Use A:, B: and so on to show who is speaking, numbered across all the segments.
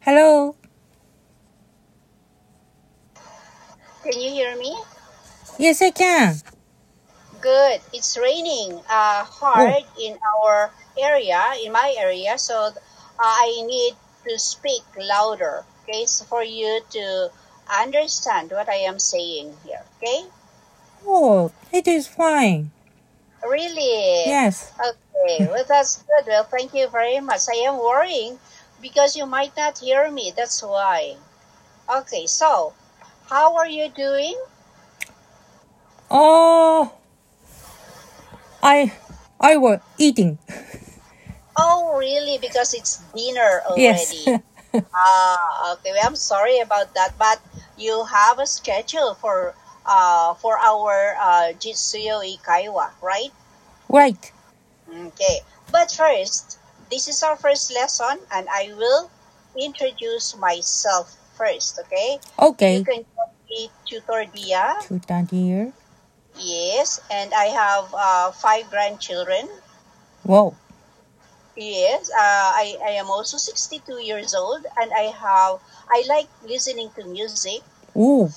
A: Hello.
B: Can you hear me?
A: Yes, I can.
B: Good. It's raining uh, hard in our area, in my area, so uh, I need to speak louder, okay, so for you to understand what I am saying here, okay?
A: Oh, it is fine.
B: Really?
A: Yes.
B: Okay, well, that's good. Well, thank you very much. I am worrying because you might not hear me, that's why. Okay, so how are you doing?
A: Oh, I I was eating.
B: Oh, really? Because it's dinner already.
A: Yes.
B: Ah, okay. Well, I'm sorry about that, but you have a schedule for uh for our uh Jitsuyo Ikaiwa, right?
A: right.
B: Okay. But first, this is our first lesson, and I will introduce myself first. Okay. You
A: Okay.
B: can call me Tutor Dia.
A: To that year.
B: Yes, and I have uh, five grandchildren.
A: Whoa.
B: Yes, uh, I, I am also 62 years old and I have I like listening to music
A: Ooh.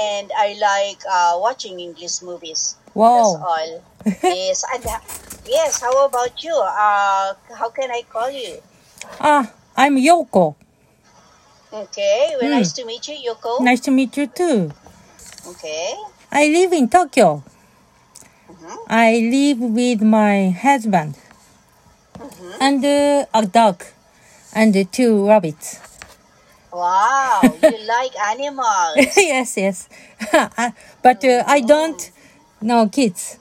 B: and I like uh, watching English movies. That's
A: Wow.
B: all. yes, and ha- yes, how about you? Uh, how can I call you?
A: Ah, I'm Yoko.
B: Okay, well,
A: Hmm.
B: nice to meet you, Yoko.
A: Nice to meet you too.
B: Okay.
A: I live in Tokyo.
B: Mhm.
A: I live with my husband and uh, a dog and uh, two rabbits.
B: Wow, you like animals.
A: yes, yes. I- but uh, I don't know kids.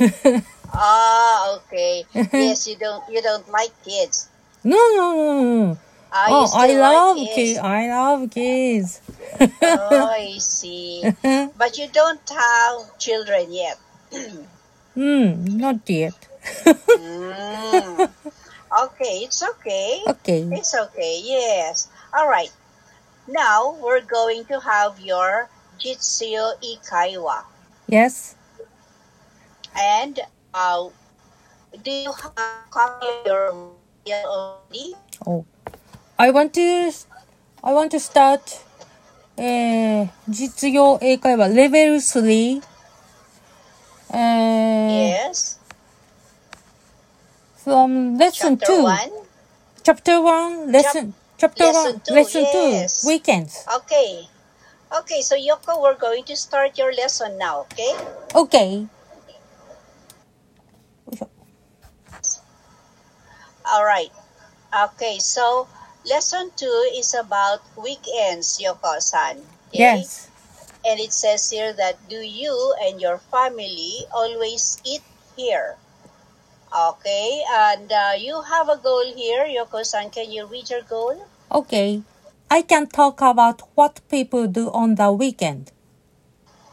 B: Ah, okay. yes, you don't you don't like kids.
A: No, no, no, no.
B: Ah, you
A: Oh,
B: still
A: I love
B: like kids.
A: kids. I love kids.
B: Oh, I see. But you don't have children yet.
A: Hmm, not yet.
B: Mm. Okay, it's okay.
A: Okay.
B: It's okay, yes. All right. Now we're going to have your Jitsuyo Ikaiwa.
A: Yes.
B: And uh, do you have a copy of your manual already?
A: Oh, I want to. I want to start. Uh, 実用英会話 level three. Uh,
B: Yes.
A: from lesson
B: Chapter
A: two,
B: 1.
A: chapter one, lesson chapter
B: lesson
A: one,
B: two,
A: lesson
B: yes.
A: two, weekends.
B: Okay. Okay, so Yoko, we're going to start your lesson now, okay?
A: Okay.
B: All right. Okay, so lesson two is about weekends, Yoko-san. okay?
A: Yes.
B: And it says here that do you and your family always eat here? Okay, and uh, you have a goal here, Yoko-san. Can you read your goal?
A: Okay. I can talk about what people do on the weekend.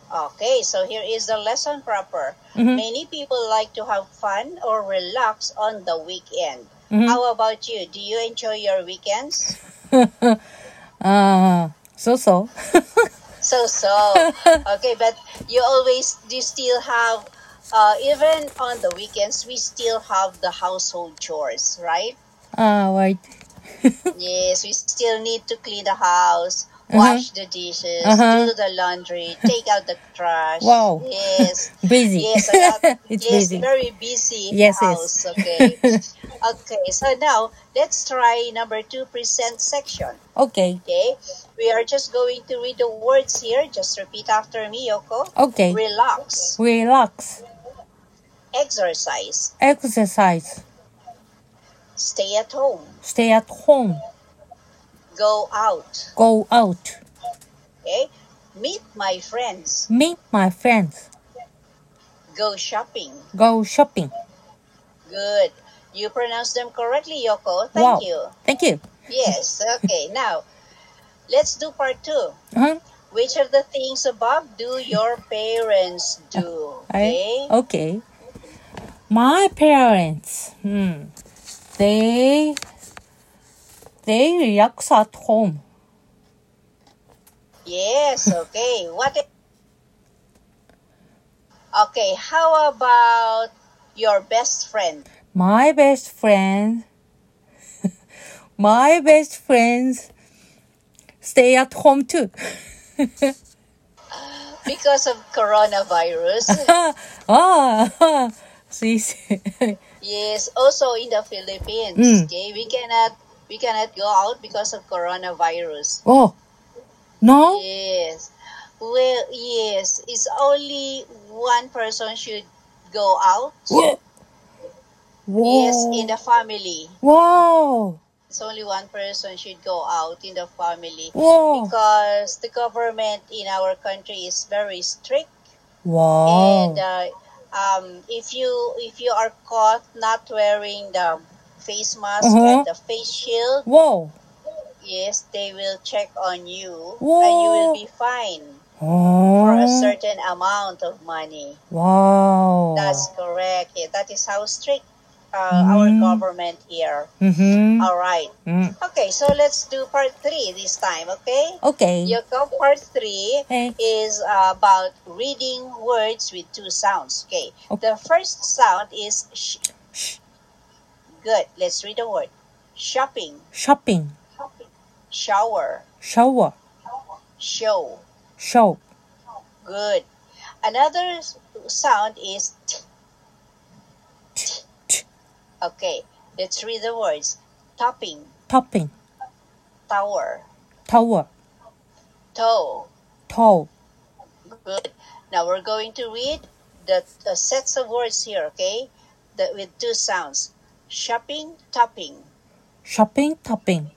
B: Okay, so here is the lesson proper.
A: Mhm.
B: Many people like to have fun or relax on the weekend.
A: Mhm.
B: How about you? Do you enjoy your weekends?
A: Uh, so so.
B: So so. Okay, but you always you still have uh, even on the weekends we still have the household chores, right?
A: Ah, wait.
B: Yes, we still need to clean the house, wash the dishes,
A: Uh-huh.
B: do the laundry, take out the trash.
A: Wow.
B: Yes.
A: Busy.
B: Yes, a lot.
A: it's
B: yes,
A: busy.
B: very busy in
A: Yes,
B: the house.
A: yes.
B: Okay. okay, so now let's try number two present section.
A: okay.
B: Okay, we are just going to read the words here. Just repeat after me, Yoko.
A: Okay.
B: Relax,
A: Relax.
B: exercise,
A: Exercise.
B: stay at home,
A: Stay at home.
B: go out.
A: Go out.
B: Okay, meet my friends,
A: Meet my friends.
B: go shopping.
A: Go shopping.
B: Good, you pronounce them correctly, Yoko. Thank
A: Wow.
B: you.
A: Thank you.
B: Yes, okay, now let's do part two.
A: Uh-huh.
B: Which of the things above do your parents do?
A: I, oh.
B: Okay,
A: okay. My parents. Hmm. They they relax at home.
B: yes, okay. What Okay, how about your best friend?
A: My best friend, my best friends, stay at home too.
B: because of coronavirus.
A: ah, ah, see, see.
B: yes, also in the Philippines.
A: Hmm.
B: Okay, we cannot we cannot go out because of coronavirus.
A: oh, no?
B: Yes. Well, yes, it's only one person should go out.
A: Whoa.
B: Yes,
A: Whoa.
B: in the family.
A: Wow.
B: It's only one person should go out in the family
A: Wow.
B: because the government in our country is very strict
A: Wow.
B: and uh, um, if you if you are caught not wearing the face mask
A: Uh-huh.
B: and the face shield,
A: Wow.
B: yes, they will check on you and you
A: Whoa.
B: will be fined for a
A: Oh.
B: certain amount of money.
A: Wow.
B: That's correct. Yeah, that is how strict uh,
A: Mm.
B: our government here.
A: Mm-hmm.
B: All right.
A: Mm.
B: Okay, so let's do part three this time. Okay.
A: Okay.
B: Yoko, part three
A: Okay.
B: is about reading words with two sounds. Okay.
A: Okay.
B: The first sound is sh.
A: Sh-
B: Good. Let's read the word. Shopping,
A: shopping,
B: shower,
A: shower,
B: show.
A: show,
B: Good. Another s- sound is t.
A: t- t-
B: Okay. Let's read the words. Topping,
A: topping,
B: tower,
A: tower,
B: toe.
A: toe.
B: Good. Now we're going to read the, the sets of words here, okay? The, with two sounds. Shopping, topping.
A: Shopping, topping,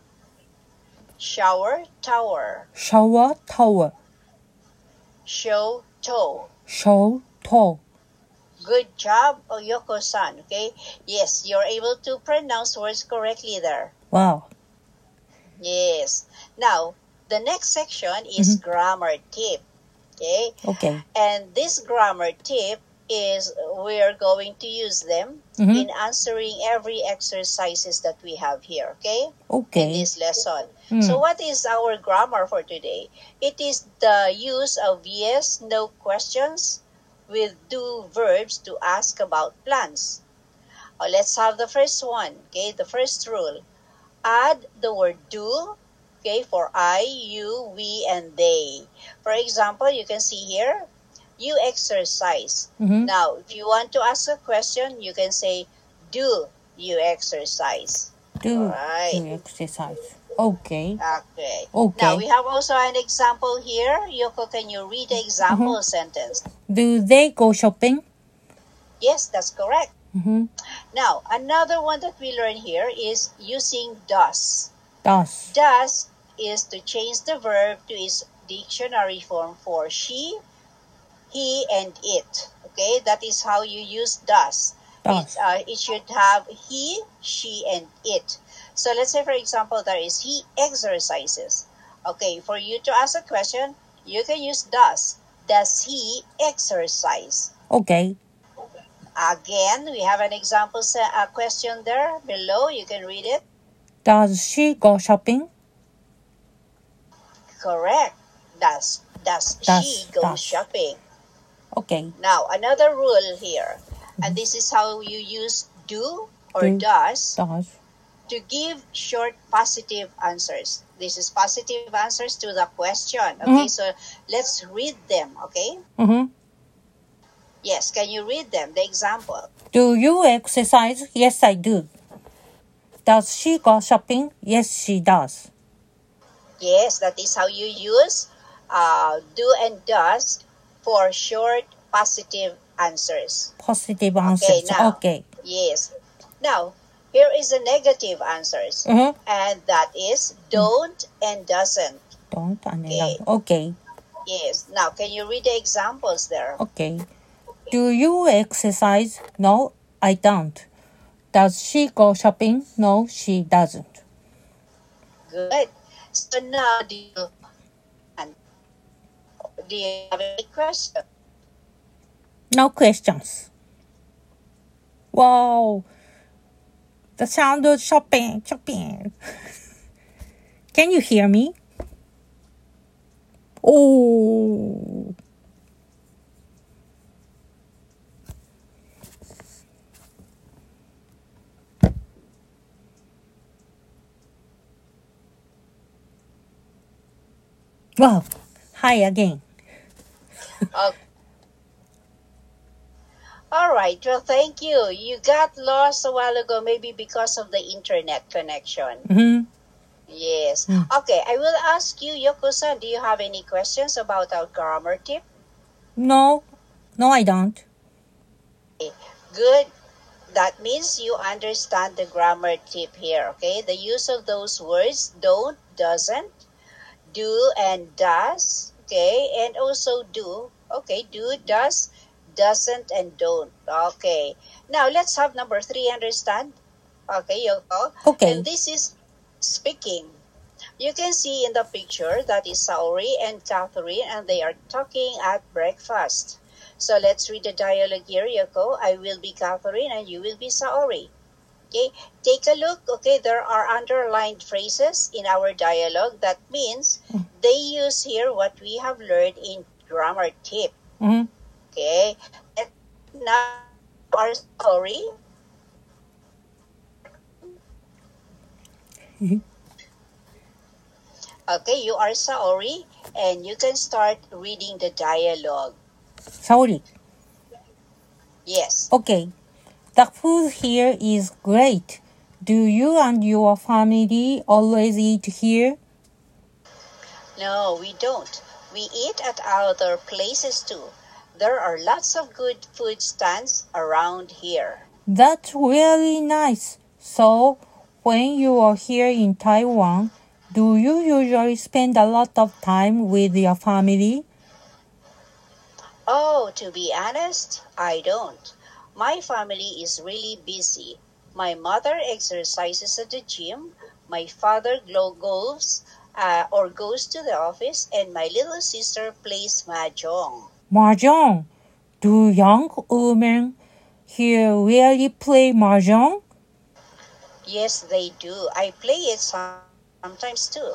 B: Shower, tower.
A: shower, tower,
B: Show, toe.
A: show, toe.
B: Good job, Yoko-san, okay? Yes, you're able to pronounce words correctly there.
A: Wow.
B: Yes. Now, the next section is grammar tip, okay?
A: Okay.
B: And this grammar tip is we're going to use them
A: Mhm.
B: in answering every exercises that we have here, okay? in
A: Okay.
B: this lesson.
A: Mm.
B: So what is our grammar for today? It is the use of yes, no questions with do verbs to ask about plans. Uh, let's have the first one, okay? The first rule. Add the word do, okay, for I, you, we, and they. For example, you can see here, you exercise.
A: Mm-hmm.
B: Now, if you want to ask a question, you can say, do you exercise?
A: Do
B: Alright.
A: do exercise. Okay.
B: Okay.
A: Okay.
B: Now we have also an example here. Yoko, can you read the example sentence?
A: Do they go shopping?
B: Yes, that's correct.
A: Mm-hmm.
B: Now, another one that we learn here is using does.
A: Does.
B: Does is to change the verb to its dictionary form for she, he, and it. Okay, that is how you use does. It,
A: Does.
B: uh, it should have he, she, and it. So let's say, for example, there is he exercises. Okay, for you to ask a question, you can use does. Does he exercise?
A: Okay.
B: Again, we have an example se- uh, question there below. You can read it.
A: Does she go shopping?
B: Correct. Does does
A: Does,
B: she go
A: does.
B: shopping?
A: Okay.
B: Now another rule here, and this is how you use do or
A: Mm-hmm. Do.
B: does
A: Does.
B: to give short positive answers. This is positive answers to the question. Okay, so let's read them. Okay.
A: Mm-hmm.
B: Yes, can you read them? The example.
A: Do you exercise? Yes, I do. Does she go shopping? Yes, she does.
B: Yes, that is how you use uh, do and does for short positive answers.
A: Positive answers.
B: now.
A: Okay.
B: Yes. Now, here is the negative answers,
A: Uh-huh.
B: and that is don't and doesn't.
A: Don't and
B: Okay.
A: then- okay.
B: Yes. Now, can you read the examples there?
A: Okay. Do you exercise? No, I don't. Does she go shopping? No, she doesn't.
B: Good. So now, do you, and do you have any question?
A: No questions. Wow. The sound of shopping, shopping. Can you hear me? Oh. Wow. Hi again.
B: Okay. All right. Well, thank you. You got lost a while ago, maybe because of the internet connection.
A: Mhm.
B: Yes.
A: Mm.
B: Okay. I will ask you, Yoko-san. Do you have any questions about our grammar tip?
A: No. No, I don't.
B: Good. That means you understand the grammar tip here. Okay. The use of those words: don't, doesn't, do, and does. Okay. And also do. Okay. Do, does, doesn't, and don't. Okay. Now let's have number three. Understand? Okay, Yoko.
A: Okay.
B: And this is speaking. You can see in the picture that is Saori and Catherine, and they are talking at breakfast. So let's read the dialogue here, Yoko. I will be Catherine, and you will be Saori. Okay, take a look. Okay, there are underlined phrases in our dialogue. That means they use here what we have learned in grammar tip.
A: Mhm.
B: Okay, and now our Saori Okay, you are Saori and you can start reading the dialogue.
A: Sorry.
B: Yes.
A: Okay. The food here is great. Do you and your family always eat here?
B: No, we don't. We eat at other places too. There are lots of good food stands around here.
A: That's really nice. So, when you are here in Taiwan, do you usually spend a lot of time with your family?
B: Oh, to be honest, I don't. My family is really busy. My mother exercises at the gym, my father glo- goes uh, or goes to the office, and my little sister plays mahjong.
A: Mahjong. Do young women here really play mahjong?
B: Yes, they do. I play it som- sometimes too.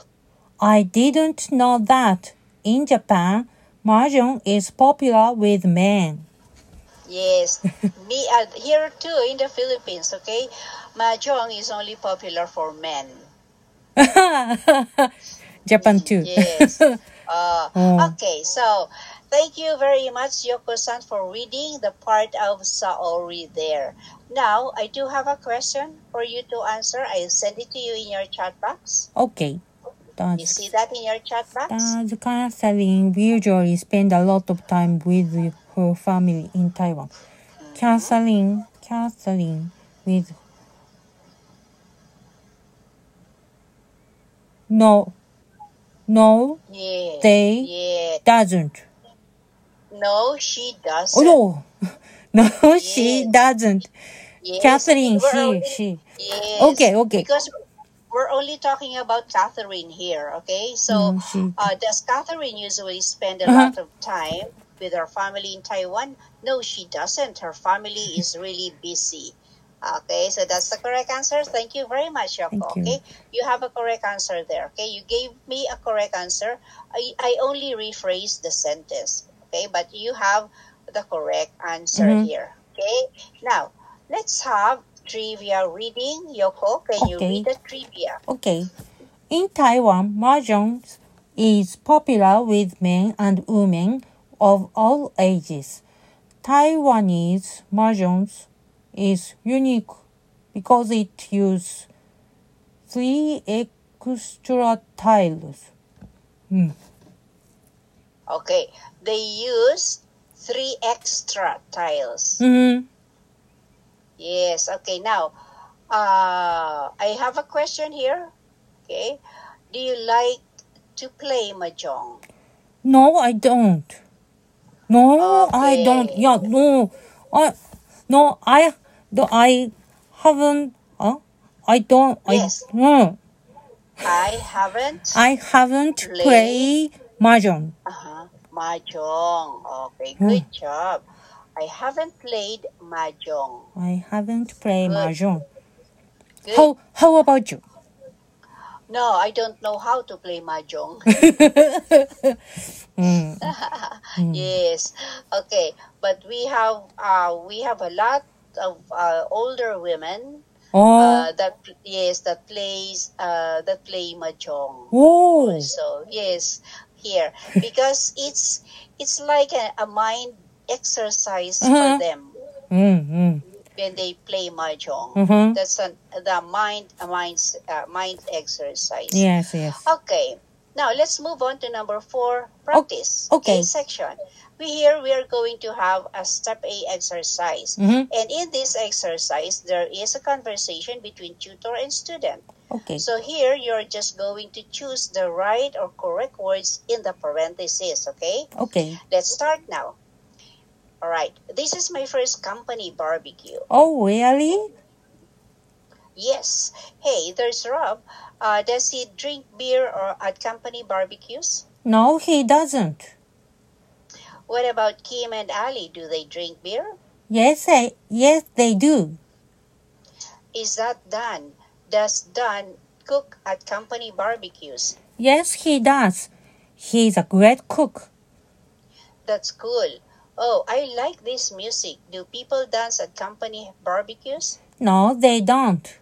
A: I didn't know that. In Japan, mahjong is popular with men.
B: Yes, me uh, here too in the Philippines. Okay, mahjong is only popular for men.
A: Japan too.
B: Yes. Uh,
A: Oh.
B: okay, so thank you very much, Yoko-san, for reading the part of Saori there. Now, I do have a question for you to answer. I'll send it to you in your chat box.
A: okay.
B: You see
A: That's
B: that in your chat box?
A: Does Catherine usually spend a lot of time with her family in Taiwan?
B: Mm-hmm.
A: Catherine, Catherine, with no, no,
B: Yeah.
A: they
B: Yeah.
A: doesn't.
B: No, she
A: Oh
B: doesn't.
A: no, no, she
B: Yes.
A: doesn't.
B: Yes,
A: Catherine,
B: we're
A: she,
B: only
A: she.
B: yes
A: Okay, okay.
B: because we're only talking about Catherine here. Okay, so
A: No, mm, she.
B: uh, does Catherine usually spend a
A: Uh-huh.
B: lot of time with her family in Taiwan? No, she doesn't. Her family is really busy. Okay, so that's the correct answer. Thank you very much,
A: Thank
B: Yoko.
A: you.
B: Okay, you have a correct answer there. Okay, you gave me a correct answer. I, I only rephrased the sentence. Okay, but you have the correct answer
A: Mm-hmm.
B: here. Okay, now Let's have trivia reading. Yoko, can you
A: Okay,
B: read the trivia?
A: okay. In Taiwan, mahjong is popular with men and women of all ages. Taiwanese mahjong is unique because it uses three extra tiles. Hmm.
B: Okay, they used three extra tiles.
A: Mhm.
B: Yes, okay, now uh, I have a question here. Okay, do you like to play mahjong?
A: No, I don't. No, I don't.
B: Okay,
A: Yeah, no. I no, I no, I haven't. Uh, I don't. I
B: yes,
A: no.
B: I haven't
A: I haven't
B: played
A: played mahjong.
B: uh-huh, mahjong. Okay,
A: Hmm.
B: good job. I haven't played mahjong.
A: I haven't played
B: Good,
A: mahjong.
B: good.
A: How how about you?
B: No, I don't know how to play mahjong.
A: Mm, mm.
B: yes, okay, but we have uh, we have a lot of uh, older women
A: Oh,
B: uh, that yes that plays uh, that play mahjong
A: oh,
B: also yes here because it's it's like a, a mind exercise
A: Uh-huh.
B: for them
A: 음, 음,
B: when they play mahjong.
A: Mhm.
B: That's an, the mind a mind uh, mind exercise.
A: yes, yes.
B: Okay. Now let's move on to number four, practice.
A: okay.
B: A section. We here we are going to have a step A exercise.
A: Mhm.
B: And in this exercise there is a conversation between tutor and student.
A: Okay.
B: So here you're just going to choose the right or correct words in the parentheses, okay?
A: Okay.
B: Let's start now. All right. This is my first company barbecue.
A: Oh, really?
B: Yes. Hey, there's Rob. Uh, does he drink beer or at company barbecues?
A: No, he doesn't.
B: What about Kim and Ali? Do they drink beer?
A: Yes, I, yes, they do.
B: Is that Dan? Does Dan cook at company barbecues?
A: Yes, he does. He's a great cook.
B: That's cool. Oh, I like this music. Do people dance at company barbecues?
A: No, they don't.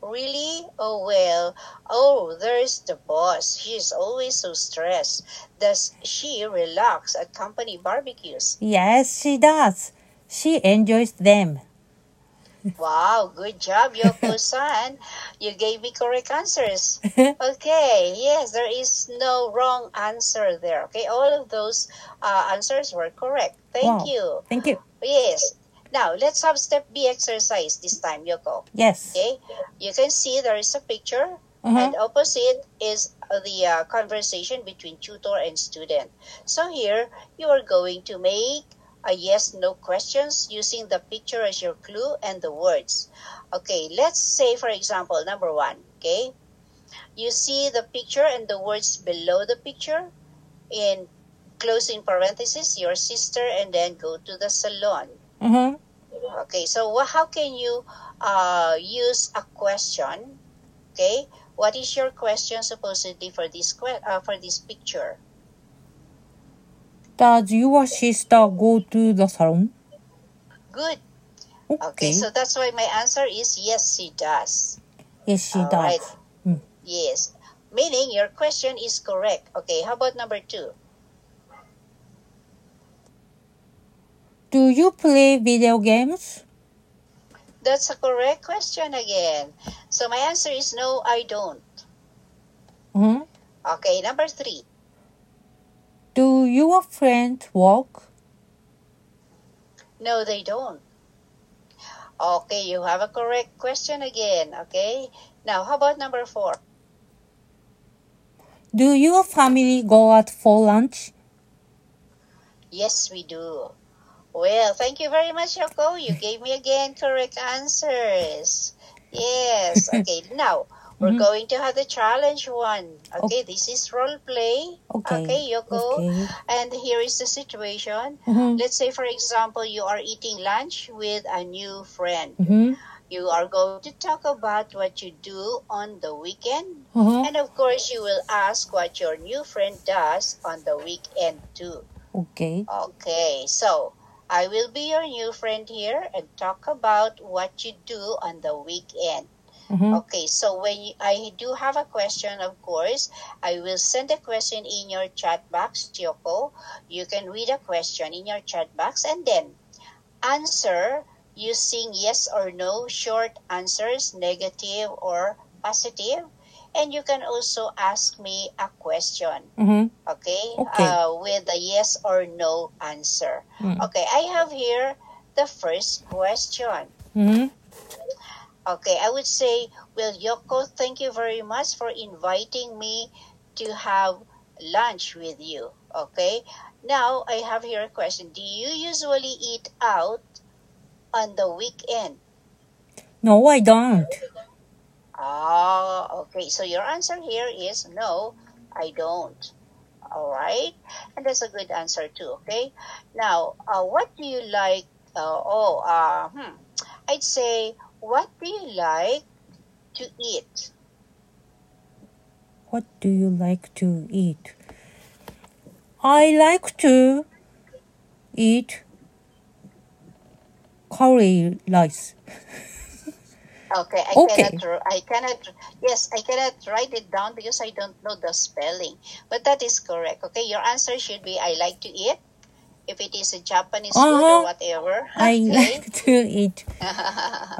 B: Really? Oh well. Oh, there's the boss. She's always so stressed. Does she relax at company barbecues?
A: Yes, she does. She enjoys them.
B: Wow, good job, Yoko-san. you gave me correct answers. Okay, yes, there is no wrong answer there. Okay, all of those uh, answers were correct. Thank
A: Wow.
B: you.
A: Thank you.
B: Yes. Now, let's have step B exercise this time, Yoko.
A: Yes.
B: Okay, you can see there is a picture,
A: Uh-huh.
B: and opposite is the uh, conversation between tutor and student. So here you are going to make a yes/no questions using the picture as your clue and the words. Okay, let's say for example number one. Okay, you see the picture and the words below the picture in closing parenthesis your sister and then go to the salon
A: Uh-huh.
B: Okay, so wha- how can you uh, use a question? Okay, what is your question supposedly for this que- uh, for this picture?
A: Does your sister go to the salon?
B: Good.
A: Okay.
B: Okay, so that's why my answer is yes, she does.
A: yes, she
B: All
A: does.
B: right. Yes, meaning your question is correct. Okay, how about number two?
A: Do you play video games?
B: That's a correct question again. So my answer is no, I don't.
A: Uh-huh.
B: Okay, number three.
A: Do your friends work?
B: No, they don't. Okay, you have a correct question again. Okay, now how about number four?
A: Do your family go out for lunch?
B: Yes, we do. Well, thank you very much, Yoko. You gave me again correct answers. Yes. Okay, now we're going to have the challenge one. Okay, this is role play.
A: Okay.
B: Yoko.
A: Okay.
B: And here is the situation.
A: Mhm.
B: Let's say, for example, you are eating lunch with a new friend.
A: Mm-hmm.
B: You are going to talk about what you do on the weekend.
A: Uh-huh.
B: And of course, you will ask what your new friend does on the weekend too.
A: Okay.
B: Okay, so I will be your new friend here and talk about what you do on the weekend.
A: Uh-huh.
B: Okay, so when you, I do have a question, of course, I will send a question in your chat box, Yoko. You can read a question in your chat box and then answer using yes or no, short answers, negative or positive. And you can also ask me a question.
A: Mm-hmm.
B: Okay,
A: Okay.
B: Uh, with a yes or no answer.
A: Mm.
B: Okay, I have here the first question.
A: Mm-hmm.
B: Okay, I would say, well, Yoko, thank you very much for inviting me to have lunch with you. Okay, now I have here a question. Do you usually eat out on the weekend?
A: No, I don't.
B: Oh, okay. So your answer here is no, I don't. All right. And that's a good answer too, okay? Now, uh, what do you like? Uh, oh, uh, hmm. I'd say, what do you like to eat?
A: What do you like to eat? I like to eat curry rice.
B: Okay, I
A: Okay.
B: cannot. r- I cannot. Yes, I cannot write it down because I don't know the spelling. But that is correct. Okay, your answer should be I like to eat. If it is a Japanese food
A: Uh-huh.
B: or whatever.
A: I
B: okay.
A: like to eat.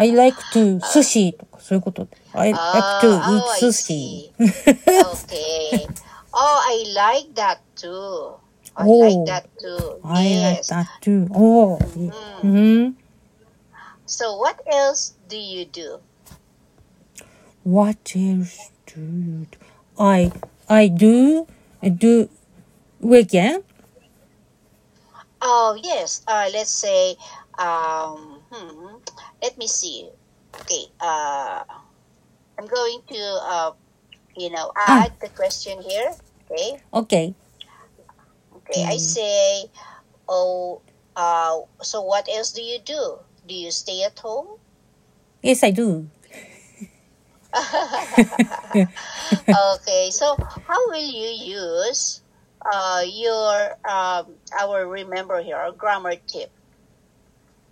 A: I like to sushi とかそういうこと。I like to
B: Ah, oh, I
A: eat sushi.
B: see. okay. Oh, I like that too. I
A: Oh,
B: like that too.
A: I like
B: yes. Mm.
A: that too. Oh, mm-hmm. おお。うん。
B: So what else do you do?
A: What else do you do? I, I do, do, weekend.
B: Oh yes. Uh, let's say. Um, hmm, let me see. Okay. Uh, I'm going to uh, you know,
A: Ah.
B: add the question here. Okay.
A: Okay.
B: Okay.
A: Mm.
B: I say. Oh. Uh, so what else do you do? Do you stay at home?
A: Yes, I do.
B: okay. So how will you use uh, your um, our remember here our grammar tip?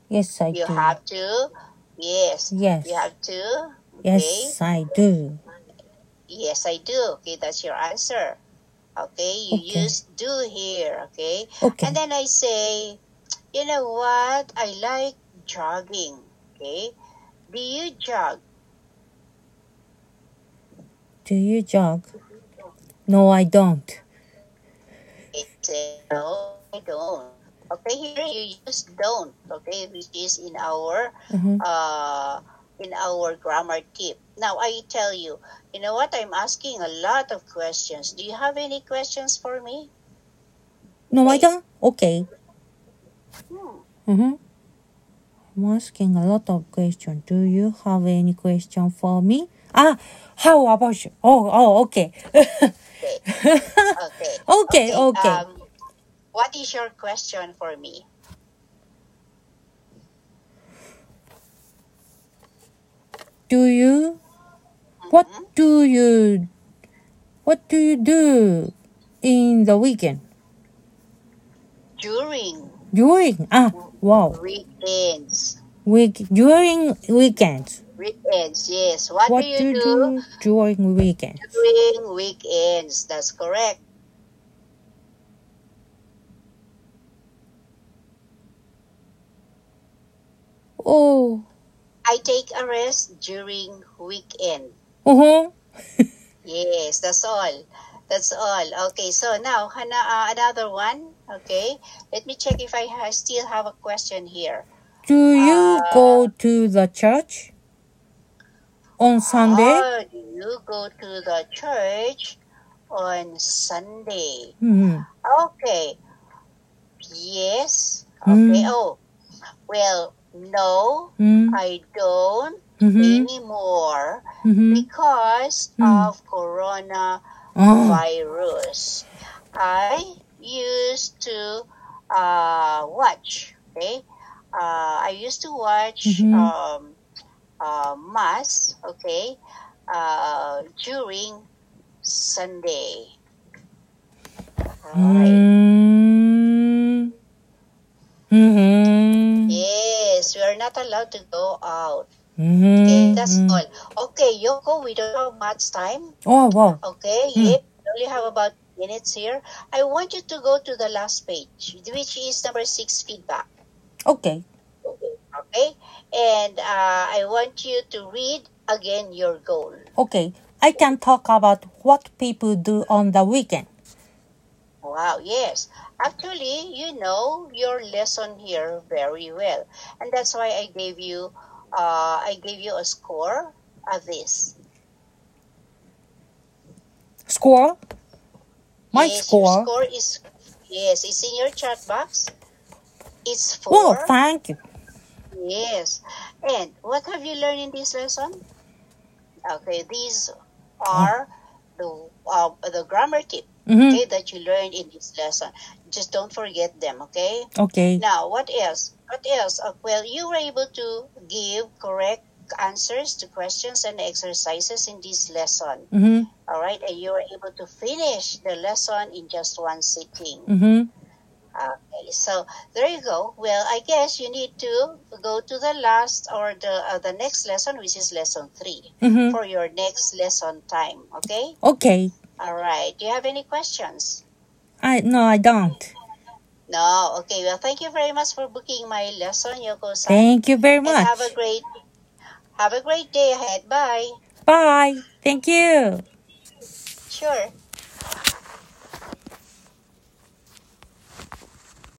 A: Yes, I
B: You
A: do.
B: have to. Yes.
A: Yes.
B: You have to. Okay.
A: Yes, I do.
B: Yes, I do. Okay, that's your answer. Okay, you
A: Okay.
B: use do here. Okay.
A: Okay.
B: And then I say, you know what? I like jogging. Okay. Do you jog?
A: Do you jog? No, I don't.
B: I say, no, I don't. Okay, here you use don't. Okay, which is in our
A: Mhm.
B: uh, in our grammar tip. Now I tell you, you know what? I'm asking a lot of questions. Do you have any questions for me?
A: No, I don't. Okay.
B: Hmm.
A: Mm-hmm. I'm asking a lot of questions. Do you have any question for me? Ah, how about you? Oh, oh, okay.
B: Okay. Okay.
A: Okay, okay.
B: Um, what is your question for me?
A: do you? What
B: Mm-hmm.
A: do you? What do you do in the weekend?
B: During
A: During ah wow
B: weekends,
A: week during weekends.
B: weekends, yes. What,
A: What
B: do
A: do
B: you
A: you
B: do
A: do during weekends?
B: during weekends? That's correct.
A: Oh,
B: I take a rest during weekend.
A: uh huh.
B: Yes, that's all. That's all. Okay, so now Hana, uh, another one. Okay, let me check if I ha- still have a question here.
A: Do you
B: Uh,
A: go to the church on Sunday?
B: How do you go to the church on Sunday?
A: Hmm.
B: Okay. Yes. Okay.
A: Mm.
B: Oh, well, no,
A: Hmm.
B: I don't
A: Mm-hmm.
B: anymore
A: Mm-hmm.
B: because
A: Mm.
B: of coronavirus.
A: Oh.
B: I used to uh, watch, okay? Uh, I used to watch
A: Mhm.
B: um, uh, Mass, okay, uh, during Sunday. All right.
A: Mm. Mm-hmm.
B: Yes, we are not allowed to go out. Okay, that's
A: Mm-hmm.
B: all. Okay, Yoko, we don't have much time.
A: Oh wow.
B: Okay,
A: Hmm.
B: yep, we only have about minutes here. I want you to go to the last page, which is number six feedback.
A: Okay.
B: Okay, and uh, I want you to read again your goal.
A: Okay. I can talk about what people do on the weekend.
B: Wow, yes. Actually, you know your lesson here very well. And that's why I gave you uh, I gave you a score of this.
A: Score. My
B: yes, your
A: score.
B: score is yes, it's in your chat box. It's
A: Oh,
B: four.
A: thank you.
B: Yes. And what have you learned in this lesson? Okay, these are the uh, the grammar tip.
A: Mm-hmm.
B: Okay, that you learned in this lesson. Just don't forget them. Okay.
A: Okay.
B: Now, what else? What else? Uh, Well, you were able to give correct answers to questions and exercises in this lesson.
A: Mm-hmm.
B: All right, and you were able to finish the lesson in just one sitting.
A: Mm-hmm.
B: Okay, so there you go. Well, I guess you need to go to the last or the uh, the next lesson, which is lesson 3
A: Mhm.
B: for your next lesson time. Okay.
A: Okay.
B: All right. Do you have any questions?
A: I no, I don't.
B: No. Okay. Well, thank you very much for booking my lesson, Yoko-san.
A: Thank you very
B: And
A: much.
B: have a great have a great day ahead. Bye.
A: Bye. Thank you.
B: Sure.